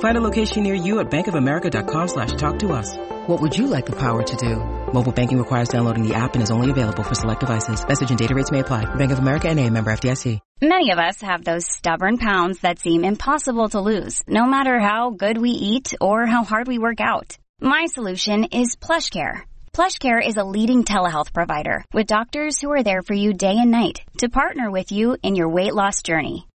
Find a location near you at bankofamerica.com slash talk to us. What would you like the power to do? Mobile banking requires downloading the app and is only available for select devices. Message and data rates may apply. Bank of America and a member FDIC. Many of us have those stubborn pounds that seem impossible to lose, no matter how good we eat or how hard we work out. My solution is PlushCare. PlushCare is a leading telehealth provider with doctors who are there for you day and night to partner with you in your weight loss journey.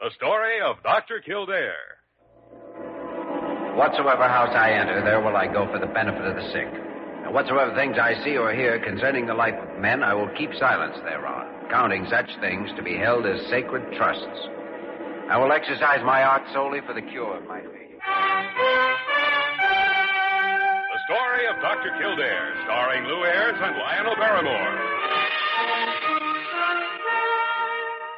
The story of Dr. Kildare. Whatsoever house I enter, there will I go for the benefit of the sick. And whatsoever things I see or hear concerning the life of men, I will keep silence thereon, counting such things to be held as sacred trusts. I will exercise my art solely for the cure of my faith. The story of Dr. Kildare, starring Lou Ayres and Lionel Barrymore.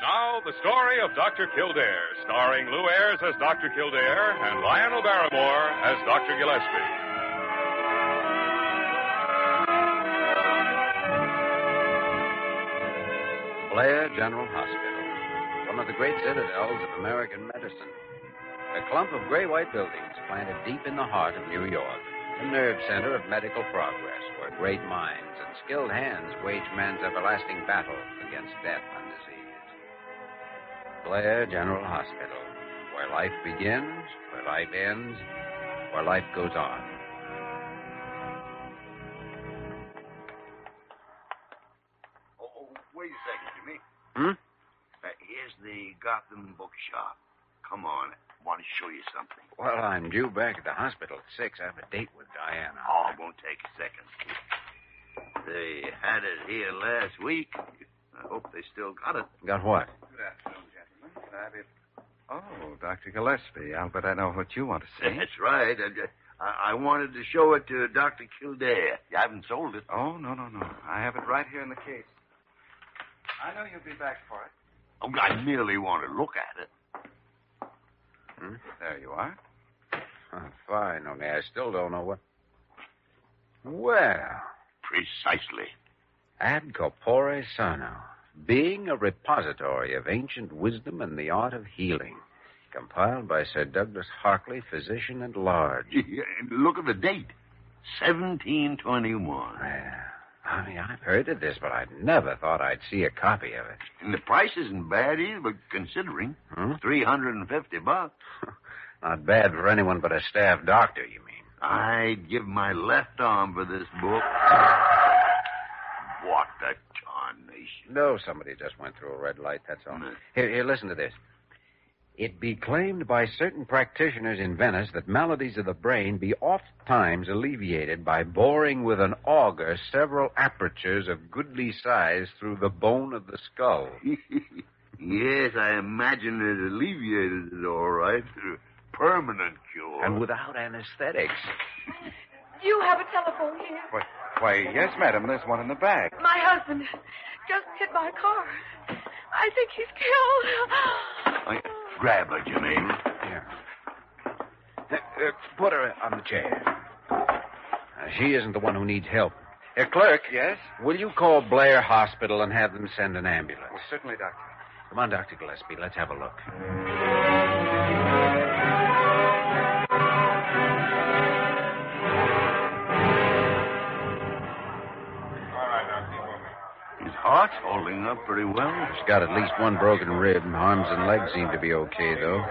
Now, the story of Dr. Kildare, starring Lou Ayres as Dr. Kildare and Lionel Barrymore as Dr. Gillespie. Blair General Hospital, one of the great citadels of American medicine. A clump of gray white buildings planted deep in the heart of New York, the nerve center of medical progress, where great minds and skilled hands wage man's everlasting battle against death and disease. Blair General Hospital, where life begins, where life ends, where life goes on. Oh, oh, wait a second, Jimmy. Hmm? Uh, here's the Gotham bookshop. Come on, I want to show you something. Well, I'm due back at the hospital at six. I have a date with Diana. Oh, it won't take a second. They had it here last week. I hope they still got it. Got what? Good afternoon, gentlemen. Can I have your... Oh, Dr. Gillespie, I'll bet I know what you want to say. That's right. I, ju- I, I wanted to show it to Dr. Kildare. You haven't sold it. Oh, no, no, no. I have it right here in the case. I know you'll be back for it. Oh, I merely want to look at it. Hmm? There you are. Oh, fine, only I still don't know what. Well, Precisely. ad corpore sano, being a repository of ancient wisdom and the art of healing, compiled by Sir Douglas Hartley, physician at large. look at the date. 1721. Well, I mean, I've heard of this, but I never thought I'd see a copy of it. And the price isn't bad either, but considering Hmm? 350 bucks. Not bad for anyone but a staff doctor, you mean. I'd give my left arm for this book. What a tarnation. No, somebody just went through a red light, that's all. Mm. Here, here, listen to this. It be claimed by certain practitioners in Venice that maladies of the brain be oftentimes alleviated by boring with an auger several apertures of goodly size through the bone of the skull. yes, I imagine it alleviated it all right. permanent cure. And without anesthetics. Do you have a telephone here? Why, why, yes, madam. There's one in the back. My husband just hit my car. I think he's killed. Oh, yeah. Grab her, Jermaine. Here. Uh, uh, put her on the chair. Uh, she isn't the one who needs help. Uh, clerk. Yes? Will you call Blair Hospital and have them send an ambulance? Well, certainly, Doctor. Come on, Dr. Gillespie. Let's have a look. All right, Doctor. You want me? His heart's holding up pretty well. She's got at least one broken rib. Arms and legs seem to be okay, though.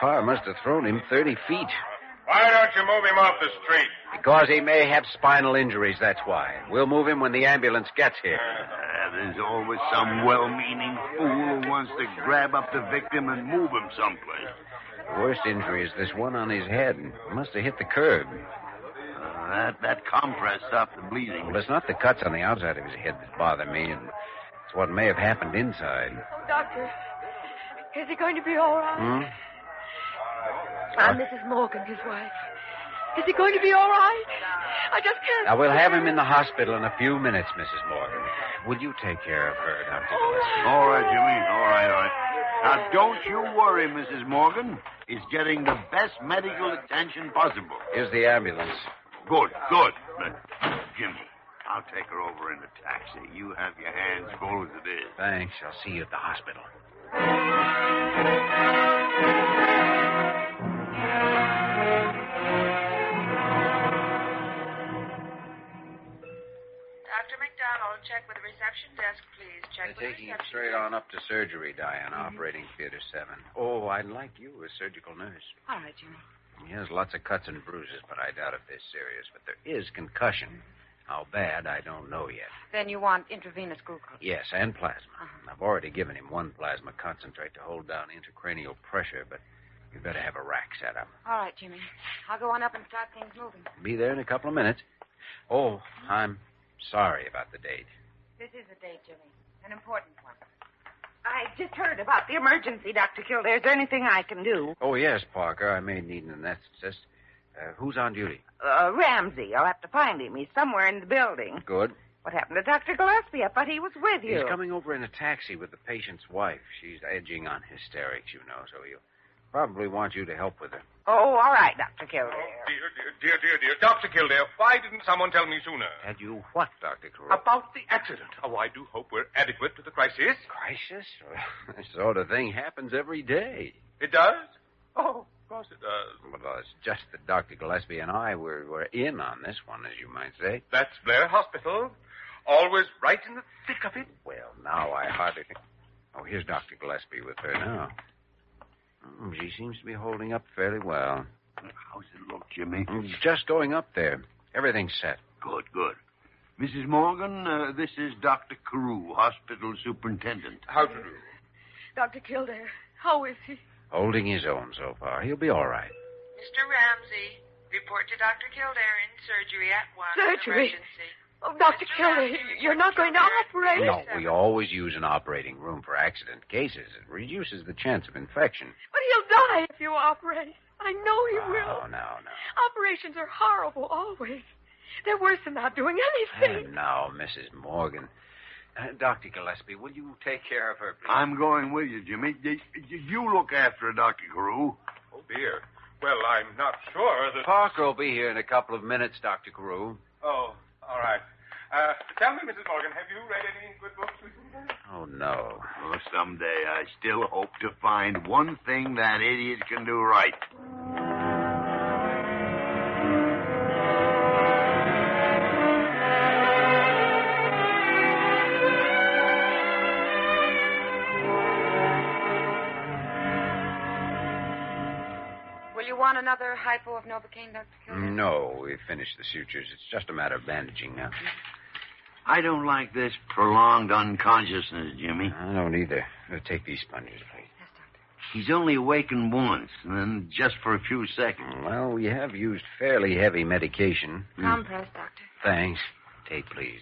Car must have thrown him 30 feet. Why don't you move him off the street? Because he may have spinal injuries, that's why. We'll move him when the ambulance gets here. Ah, there's always some well-meaning fool who wants to grab up the victim and move him someplace. The worst injury is this one on his head. It must have hit the curb. Uh, that, that compress stopped the bleeding. Well, it's not the cuts on the outside of his head that bother me. and It's what may have happened inside. Oh, doctor, is he going to be all right? Hmm? I'm Mrs. Morgan, his wife. Is he going to be all right? I just can't. Now, we'll have him in the hospital in a few minutes, Mrs. Morgan. Will you take care of her, Dr. Gillespie? All right, Jermaine. All right, all right. Now, don't you worry, Mrs. Morgan. He's getting the best medical attention possible. Here's the ambulance. Good, good. Now, Jimmy, I'll take her over in the taxi. You have your hands full as it is. Thanks. I'll see you at the hospital. Dr. McDonald, check with the reception desk, please. Check with They're taking him reception straight desk. on up to surgery, Diana, operating theater seven. Oh, I'd like you as surgical nurse. All right, Jimmy. He has lots of cuts and bruises, but I doubt if they're serious. But there is concussion. How bad, I don't know yet. Then you want intravenous glucose. Yes, and plasma. I've already given him one plasma concentrate to hold down intracranial pressure, but you better have a rack set up. All right, Jimmy. I'll go on up and start things moving. Be there in a couple of minutes. Oh, I'm sorry about the date. This is a date, Jimmy. An important one. I just heard about the emergency, Dr. Kildare. Is there anything I can do? Oh, yes, Parker. I may need an anesthetist. Uh, who's on duty? Uh, Ramsey. I'll have to find him. He's somewhere in the building. Good. What happened to Dr. Gillespie? I thought he was with you. He's coming over in a taxi with the patient's wife. She's edging on hysterics, you know, so he'll probably want you to help with her. Oh, all right, Dr. Kildare. Dear, dear, dear, dear, dear. Dr. Kildare, why didn't someone tell me sooner? Had you what, Dr. Carew? About the accident. Oh, I do hope we're adequate to the crisis. crisis? Well, this sort of thing happens every day. It does? Oh, of course it does. Well, it's just that Dr. Gillespie and I were, were in on this one, as you might say. That's Blair Hospital. Always right in the thick of it. Well, now I hardly think. Oh, here's Dr. Gillespie with her now. Mm, she seems to be holding up fairly well. How's it look, Jimmy? Mm, Just going up there. Everything's set. Good, good. Mrs. Morgan, uh, this is Dr. Carew, hospital superintendent. How to do? Dr. Kildare, how is he? Holding his own so far. He'll be all right. Mr. Ramsey, report to Dr. Kildare in surgery at once. Surgery? Emergency. Oh, Dr. Kildare, you're not going to operate? No, we always use an operating room for accident cases. It reduces the chance of infection. But he'll die if you operate. I know he will. Oh, no, no. Operations are horrible, always. They're worse than not doing Oh, anything. no, Mrs. Morgan. Uh, Dr. Gillespie, will you take care of her, please? I'm going with you, Jimmy. Y- y- You look after her, Dr. Carew. Oh, dear. Well, I'm not sure that. Parker will be here in a couple of minutes, Dr. Carew. Oh, all right. Uh, tell me, Mrs. Morgan, have you read any good books recently? Oh, no. Well, someday I still hope to find one thing that idiot can do right. Will you want another hypo of Novocaine, Dr. Kildare? No, we've finished the sutures. It's just a matter of bandaging now. I don't like this prolonged unconsciousness, Jimmy. I don't either. Uh, Take these sponges, please. Yes, Doctor. He's only awakened once, and then just for a few seconds. Well, we have used fairly heavy medication. Compress, Doctor. Thanks. Take, please.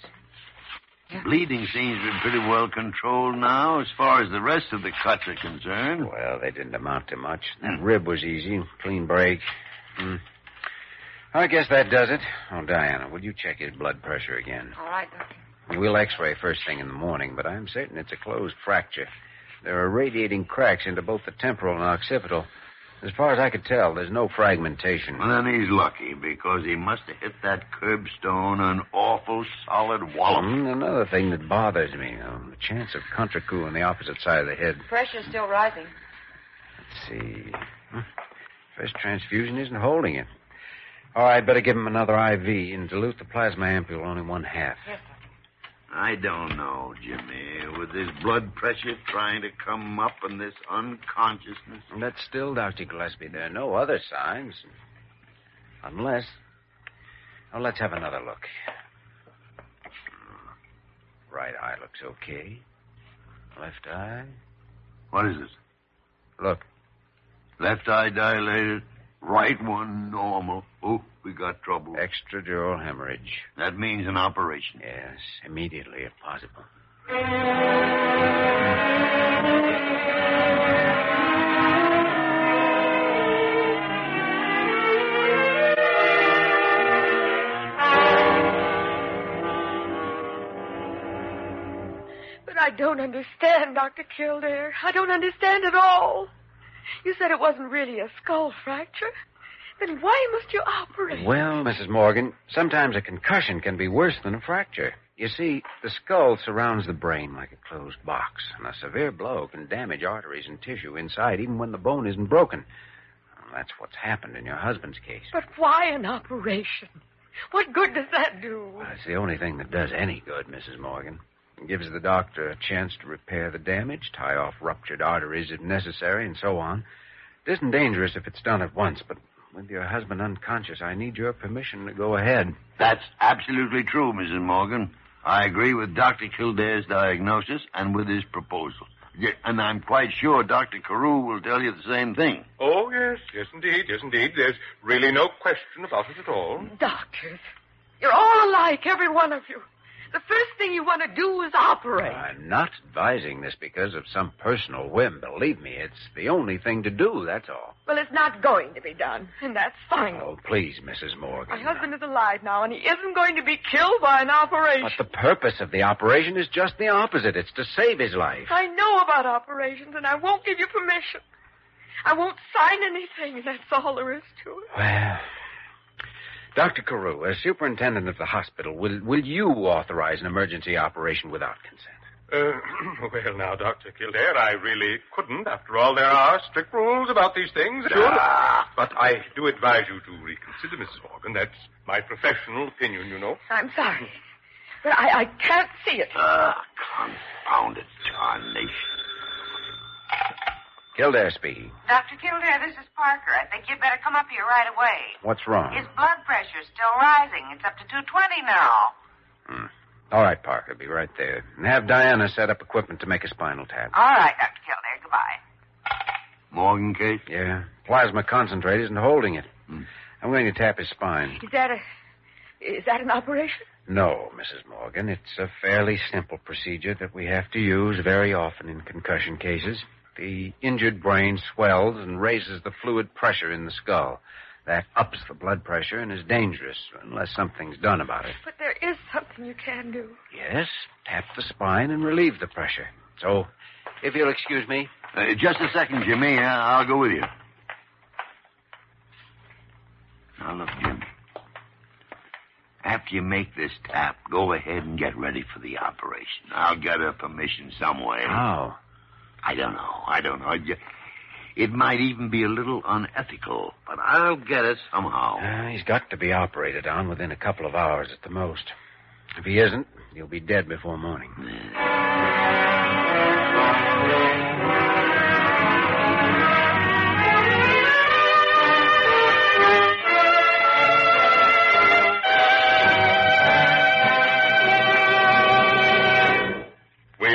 The bleeding seems to be pretty well controlled now, as far as the rest of the cuts are concerned. Well, they didn't amount to much. Hmm. That rib was easy. Clean break. Hmm. I guess that does it. Oh, Diana, will you check his blood pressure again? All right, Doctor. We'll x ray first thing in the morning, but I'm certain it's a closed fracture. There are radiating cracks into both the temporal and occipital. As far as I could tell, there's no fragmentation. Well, then he's lucky because he must have hit that curbstone an awful solid wallop. Hmm, another thing that bothers me um, the chance of contracoup on the opposite side of the head. Pressure's still rising. Let's see. Hmm. First transfusion isn't holding it. All right, better give him another IV and dilute the plasma ampule only one half. Yes, I don't know, Jimmy. With this blood pressure trying to come up and this unconsciousness. That's still Dr. Gillespie. There are no other signs. Unless. Oh, let's have another look. Right eye looks okay. Left eye. What is it? Look. Left eye dilated, right one normal. Oh, we got trouble. Extradural hemorrhage. That means an operation. Yes, immediately if possible. But I don't understand, Dr. Kildare. I don't understand at all. You said it wasn't really a skull fracture. Then why must you operate? Well, Mrs. Morgan, sometimes a concussion can be worse than a fracture. You see, the skull surrounds the brain like a closed box, and a severe blow can damage arteries and tissue inside even when the bone isn't broken. Well, That's what's happened in your husband's case. But why an operation? What good does that do? Well, it's the only thing that does any good, Mrs. Morgan. It gives the doctor a chance to repair the damage, tie off ruptured arteries if necessary, and so on. It isn't dangerous if it's done at once, but with your husband unconscious, I need your permission to go ahead. That's absolutely true, Mrs. Morgan. I agree with Dr. Kildare's diagnosis and with his proposal. Yeah, And I'm quite sure Dr. Carew will tell you the same thing. Oh, yes, yes, indeed, yes, indeed. There's really no question about it at all. Doctors, you're all alike, every one of you. The first thing you want to do is operate. I'm not advising this because of some personal whim. Believe me, it's the only thing to do, that's all. Well, it's not going to be done, and that's final. Oh, please, Mrs. Morgan. My husband is alive now, and he isn't going to be killed by an operation. But the purpose of the operation is just the opposite. It's to save his life. I know about operations, and I won't give you permission. I won't sign anything, and that's all there is to it. Well, Dr. Carew, as superintendent of the hospital, will, will you authorize an emergency operation without consent? Uh, well, now, Dr. Kildare, I really couldn't. After all, there are strict rules about these things. Sure. But I do advise you to reconsider, Mrs. Morgan. That's my professional opinion, you know. I'm sorry, but I, I can't see it. Ah, confounded tarnation. Kildare speaking. Dr. Kildare, this is Parker. I think you'd better come up here right away. What's wrong? His blood pressure's still rising. It's up to 220 now. Hmm. All right, Parker, be right there. And have Diana set up equipment to make a spinal tap. All right, Dr. Kildare, goodbye. Morgan case? Yeah, plasma concentrate isn't holding it. I'm going to tap his spine. Is that a is that an operation? No, Mrs. Morgan, it's a fairly simple procedure that we have to use very often in concussion cases. The injured brain swells and raises the fluid pressure in the skull. That ups the blood pressure and is dangerous unless something's done about it. But there is something you can do. Yes, tap the spine and relieve the pressure. So, if you'll excuse me. Uh, just a second, Jimmy. Uh, I'll go with you. Now, look, Jimmy. After you make this tap, go ahead and get ready for the operation. I'll get her permission some way. Ah. How? I don't know. I don't know. I ju- It might even be a little unethical, but I'll get it Ah. somehow. Uh, he's got to be operated on within a couple of hours at the most. If he isn't, he'll be dead before morning. We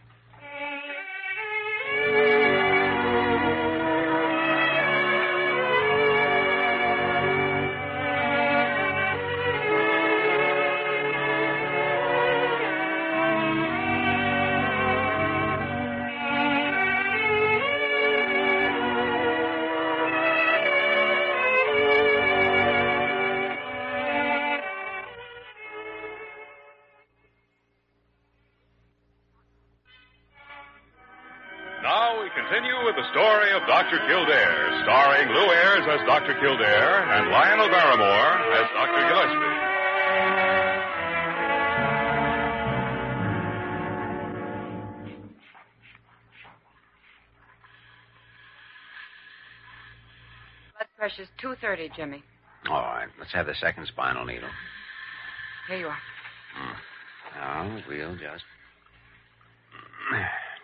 story of Dr. Kildare, starring Lou Ayres as Dr. Kildare and Lionel Barrymore as Dr. Gillespie. Blood pressure's 230, Jimmy. All right, let's have the second spinal needle. Here you are. Now, we'll just.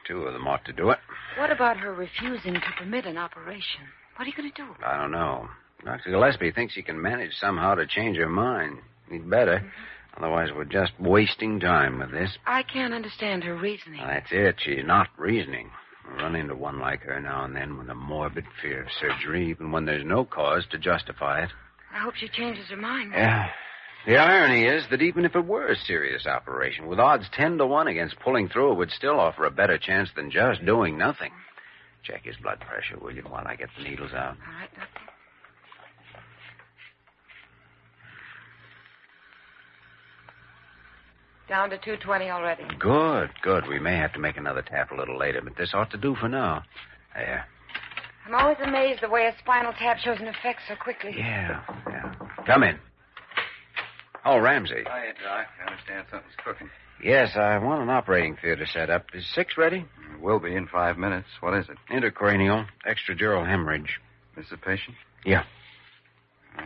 Two of them ought to do it. What about her refusing to permit an operation? What are you going to do? I don't know. Dr. Gillespie thinks he can manage somehow to change her mind. He'd better. Otherwise, we're just wasting time with this. I can't understand her reasoning. That's it. She's not reasoning. I run into one like her now and then with a morbid fear of surgery, even when there's no cause to justify it. I hope she changes her mind. Yeah. The irony is that even if it were a serious operation, with odds 10 to 1 against pulling through, it would still offer a better chance than just doing nothing. Check his blood pressure, will you, while I get the needles out? All right, Doctor. Down to 220 already. Good, good. We may have to make another tap a little later, but this ought to do for now. Yeah. I'm always amazed the way a spinal tap shows an effect so quickly. Yeah, yeah. Come in. Oh, Ramsey. Hiya, Doc. I understand something's cooking. Yes, I want an operating theater set up. Is six ready? It will be in five minutes. What is it? Intercranial, extradural hemorrhage. This is a patient? Yeah. Uh,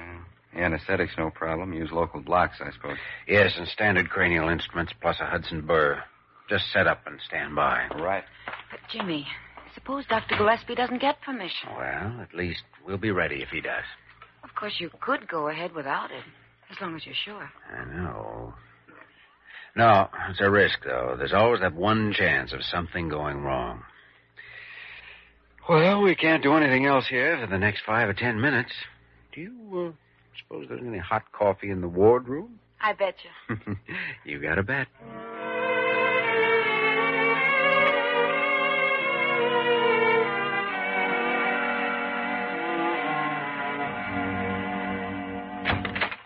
anesthetic's no problem. Use local blocks, I suppose. Yes, and standard cranial instruments plus a Hudson burr. Just set up and stand by. All right. But, Jimmy, suppose Dr. Gillespie doesn't get permission. Well, at least we'll be ready if he does. Of course, you could go ahead without it, as long as you're sure. I know. No, it's a risk, though. There's always that one chance of something going wrong. Well, we can't do anything else here for the next five or ten minutes. Do you uh, suppose there's any hot coffee in the ward room? I bet you. you got a bet.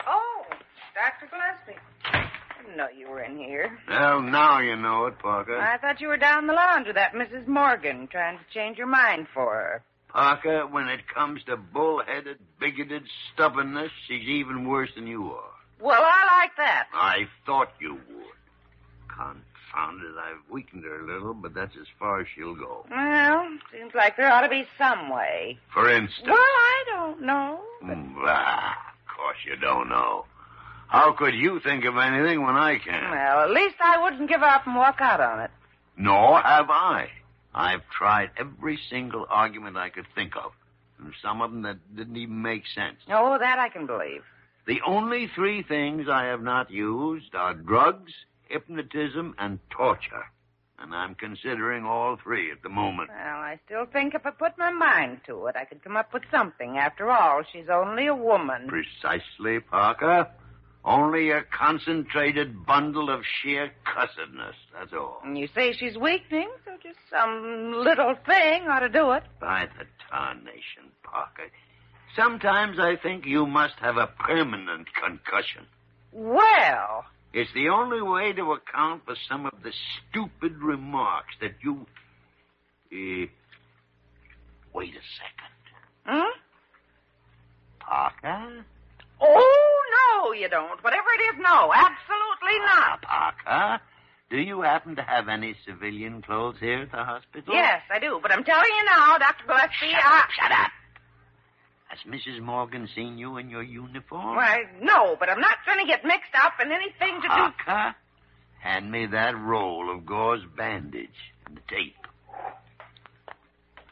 Oh, Dr. Gillespie. Didn't know you were in here. Well, now you know it, Parker. I thought you were down the lounge with that Mrs. Morgan, trying to change your mind for her. Parker, when it comes to bull-headed, bigoted stubbornness, she's even worse than you are. Well, I like that. I thought you would. Confound it, I've weakened her a little, but that's as far as she'll go. Well, seems like there ought to be some way. For instance. Well, I don't know. Bah, of course you don't know. How could you think of anything when I can? Well, at least I wouldn't give up and walk out on it. Nor have I. I've tried every single argument I could think of, and some of them that didn't even make sense. Oh, that I can believe. The only three things I have not used are drugs, hypnotism, and torture. And I'm considering all three at the moment. Well, I still think if I put my mind to it, I could come up with something. After all, she's only a woman. Precisely, Parker. Only a concentrated bundle of sheer cussedness, that's all. And you say she's weakening, so just some little thing ought to do it. By the tarnation, Parker. Sometimes I think you must have a permanent concussion. Well, It's the only way to account for some of the stupid remarks that you. Eh, wait a second. hmm? Parker? Oh, no, you don't. Whatever it is, no. Absolutely Ah, not. Parker? Do you happen to have any civilian clothes here at the hospital? Yes, I do. But I'm telling you now, Dr. Gillespie, Shut I. up, shut up. Has Mrs. Morgan seen you in your uniform? Why, no, but I'm not going to get mixed up in anything to do. Parker, hand me that roll of gauze bandage and the tape.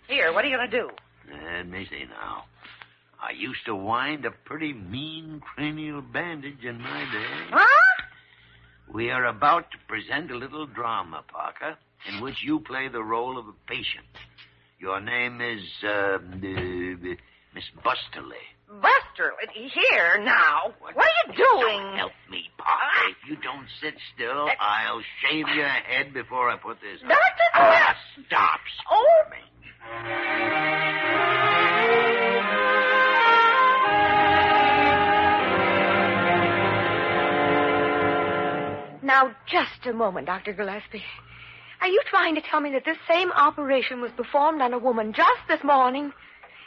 Here, what are you going to do? Let me see now. I used to wind a pretty mean cranial bandage in my day. Huh? We are about to present a little drama, Parker, in which you play the role of a patient. Your name is uh, uh, Miss Busterly. Buster, here now. What, are you Don't doing? help me, Parker. If you don't sit still, That- I'll shave your head before I put this. on. Doctor, Ah, stop! Oh. screaming. Now, just a moment, Dr. Gillespie. Are you trying to tell me that this same operation was performed on a woman just this morning,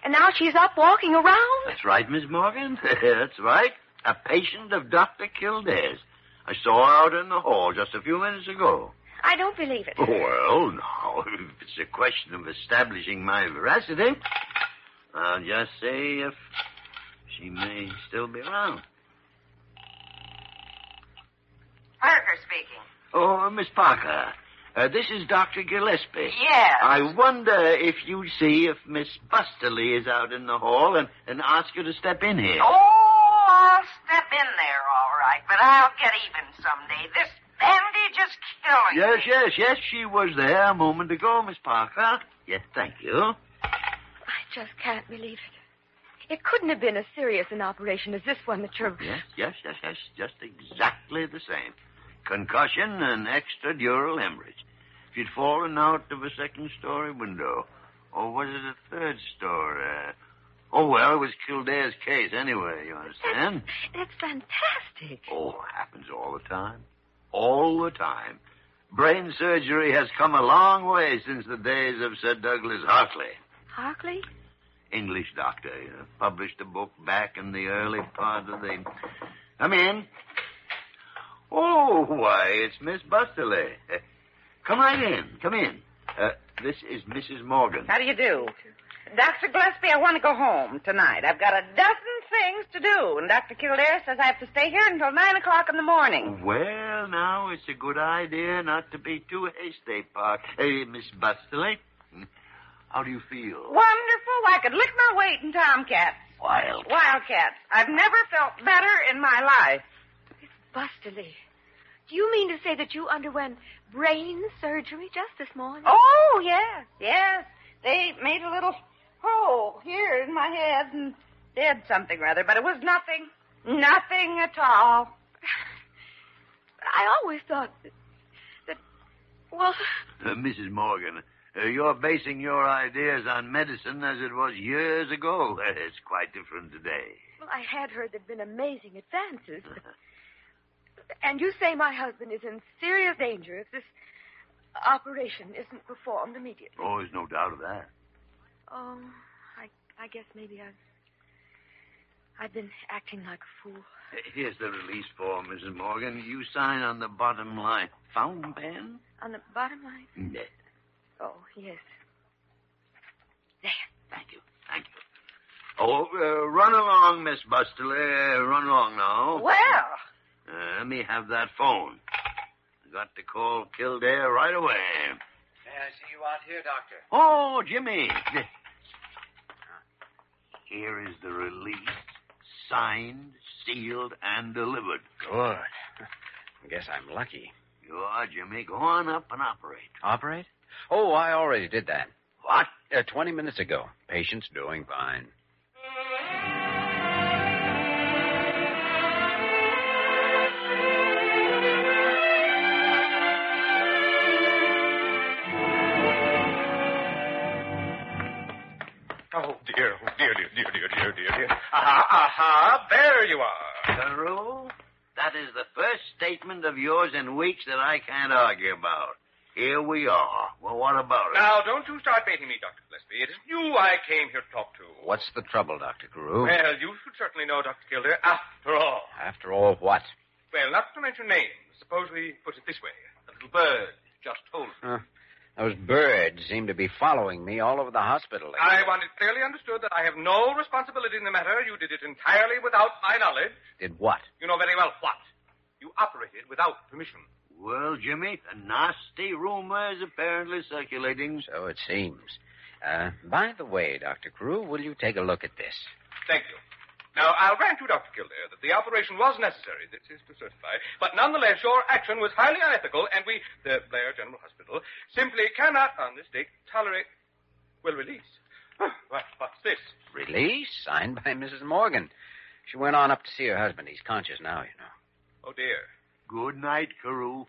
and now she's up walking around? That's right, Miss Morgan. That's right. A patient of Dr. Kildare's. I saw her out in the hall just a few minutes ago. I don't believe it. Well, now, if it's a question of establishing my veracity, I'll just say if she may still be around. Parker speaking. Oh, Miss Parker, uh, this is Dr. Gillespie. Yes. I wonder if you'd see if Miss Busterly is out in the hall and, and ask her to step in here. Oh, I'll step in there, all right, but I'll get even someday. This bandage is killing Yes, me. yes, yes, she was there a moment ago, Miss Parker. Yes, thank you. I just can't believe it. It couldn't have been as serious an operation as this one that you're. Yes, yes, yes, yes, just exactly the same. Concussion and extradural hemorrhage. She'd fallen out of a second story window. Or was it a third story? Oh, well, it was Kildare's case anyway, you understand? That's fantastic. Oh, happens all the time. All the time. Brain surgery has come a long way since the days of Sir Douglas Hartley. Harkley? English doctor. You know, published a book back in the early part of the. Come in. Oh, why, it's Miss Busterley. Eh, Come right in. Come in. Uh, this is Mrs. Morgan. How do you do? Dr. Gillespie, I want to go home tonight. I've got a dozen things to do, and Dr. Kildare says I have to stay here until 9 o'clock in the morning. Well, now it's a good idea not to be too hasty, Park. Hey, Miss Busterley, how do you feel? Wonderful. I could lick my weight in tomcats. Wild. Wildcats. I've never felt better in my life. Busterly. Do you mean to say that you underwent brain surgery just this morning? Oh, yes, yes. They made a little hole here in my head and did something rather, but it was nothing. Nothing at all. I always thought that. that well, Uh, Mrs. Morgan, uh, you're basing your ideas on medicine as it was years ago. It's quite different today. well, I had heard there'd been amazing advances. And you say my husband is in serious danger if this operation isn't performed immediately. Oh, there's no doubt of that. Oh, I, I guess maybe I've. I've been acting like a fool. Here's the release form, Mrs. Morgan. You sign on the bottom line. Fountain pen? On the bottom line? Yes. Oh, yes. Thank you. Thank you. Oh, uh, run along, Miss Busterly. Uh, run along now. Well, Uh, let me have that phone. Got to call Kildare right away. May I see you out here, Doctor? Oh, Jimmy. Here is the release. Signed, sealed, and delivered. Good. I guess I'm lucky. You are, Jimmy. Go on up and operate. Operate? Oh, I already did that. What? Uh, 20 minutes ago. Patient's doing fine. Oh, dear, oh, dear, dear, dear, dear, dear, dear, dear. Aha, aha, there you are. Carew, that is the first statement of yours in weeks that I can't argue about. Here we are. Well, what about it? Now, don't you start baiting me, Dr. Gillespie. It is you I came here to talk to. What's the trouble, Dr. Carew? Well, you should certainly know, Dr. Kildare, after all. After all, what? Well, not to mention names. Suppose we put it this way. The little bird just told me. Huh. Those birds seem to be following me all over the hospital. lately. I want it clearly understood that I have no responsibility in the matter. You did it entirely without my knowledge. Did what? You know very well what. You operated without permission. Well, Jimmy, a nasty rumor is apparently circulating. So it seems. Uh, by the way, Dr. Carew, will you take a look at this? Thank you. Now, I'll grant you, Dr. Kildare, that the operation was necessary. This is to certify. But nonetheless, your action was highly unethical, and we, the Blair General Hospital, simply cannot, on this date, tolerate. Well, release. what, what's this? Release signed by Mrs. Morgan. She went on up to see her husband. He's conscious now, you know. Oh, dear. Good night, Carew.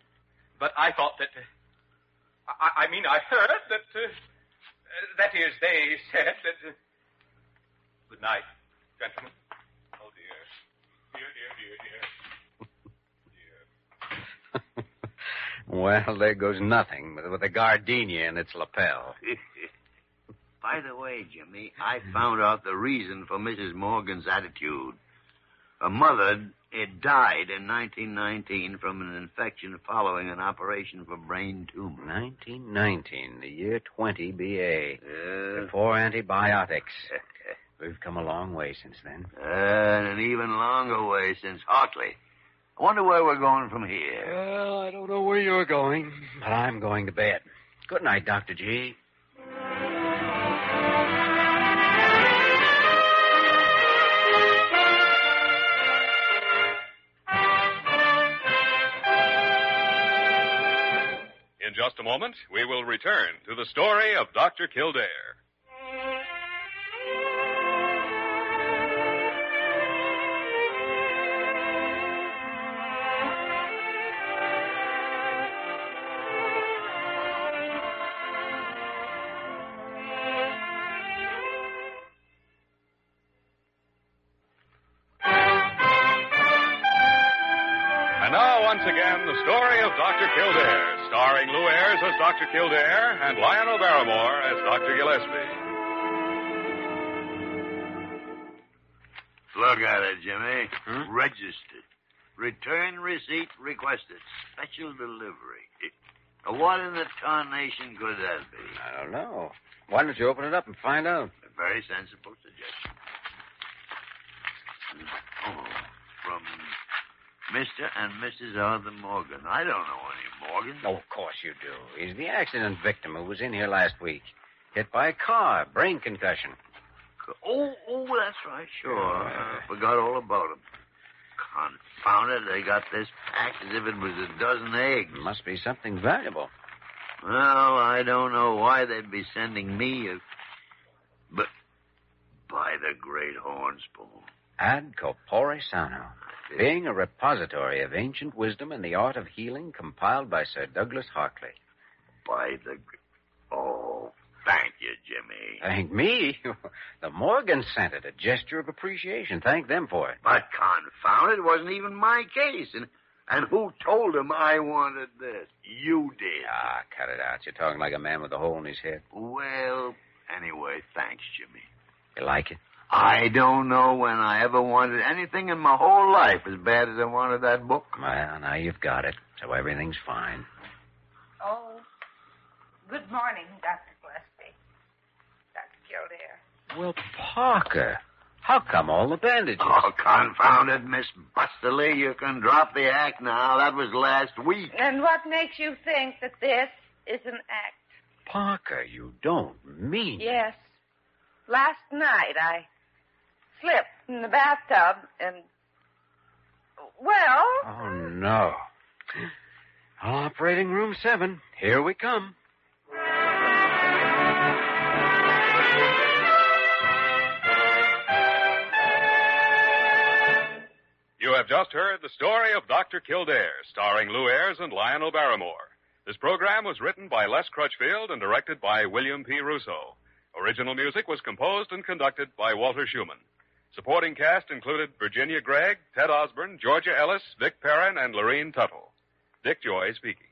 But I thought that. Uh, I, I mean, I heard that. Uh, uh, that is, they said that. Uh, good night, gentlemen. Oh, dear. Dear, dear, dear, dear. Well, there goes nothing but with a gardenia in its lapel. By the way, Jimmy, I found out the reason for Mrs. Morgan's attitude. Her mother had died in 1919 from an infection following an operation for brain tumor. 1919, the year 20 BA. Yeah. Before antibiotics. We've come a long way since then. And an even longer way since Hartley. I wonder where we're going from here. Well, I don't know where you're going, but I'm going to bed. Good night, Dr. G. In just a moment, we will return to the story of Dr. Kildare. And now, once again, the story of Dr. Kildare, starring Lou Ayres as Dr. Kildare and Lionel Barrymore as Dr. Gillespie. Look at it, Jimmy. Registered. Return receipt requested. Special delivery. Now, What in the tarnation could that be? I don't know. Why don't you open it up and find out? A very sensible suggestion. Oh, from Mr. and Mrs. Arthur Morgan. I don't know any Morgan. No, Oh, of course you do. He's the accident victim who was in here last week. Hit by a car, brain concussion. Oh, oh, that's right. Sure. I forgot all about him. Confound it, they got this packed as if it was a dozen eggs. Must be something valuable. Well, I don't know why they'd be sending me a. But by the great horn spoon. Ad corpore sano, being a repository of ancient wisdom and the art of healing compiled by Sir Douglas Hartley. By the. gr- Oh, thank you, Jimmy. Thank me. the Morgan sent it, a gesture of appreciation. Thank them for it. But confound it, it wasn't even my case. And, and who told him I wanted this? You did. Ah, cut it out. You're talking like a man with a hole in his head. Well, anyway, thanks, Jimmy. You like it? I don't know when I ever wanted anything in my whole life as bad as I wanted that book. Well, now you've got it, so everything's fine. Oh, good morning, Dr. Gillespie. Dr. Kildare. Well, Parker, how come all the bandages? Oh, confound it, Miss Busterly. You can drop the act now. That was last week. And what makes you think that this is an act? Parker, you don't mean. Yes. Last night I slipped in the bathtub and. Well, Oh, no. Operating room seven. Here we come. You have just heard the story of Dr. Kildare, starring Lou Ayres and Lionel Barrymore. This program was written by Les Crutchfield and directed by William P. Russo. Original music was composed and conducted by Walter Schumann. Supporting cast included Virginia Gregg, Ted Osborne, Georgia Ellis, Vic Perrin, and Lorene Tuttle. Dick Joy speaking.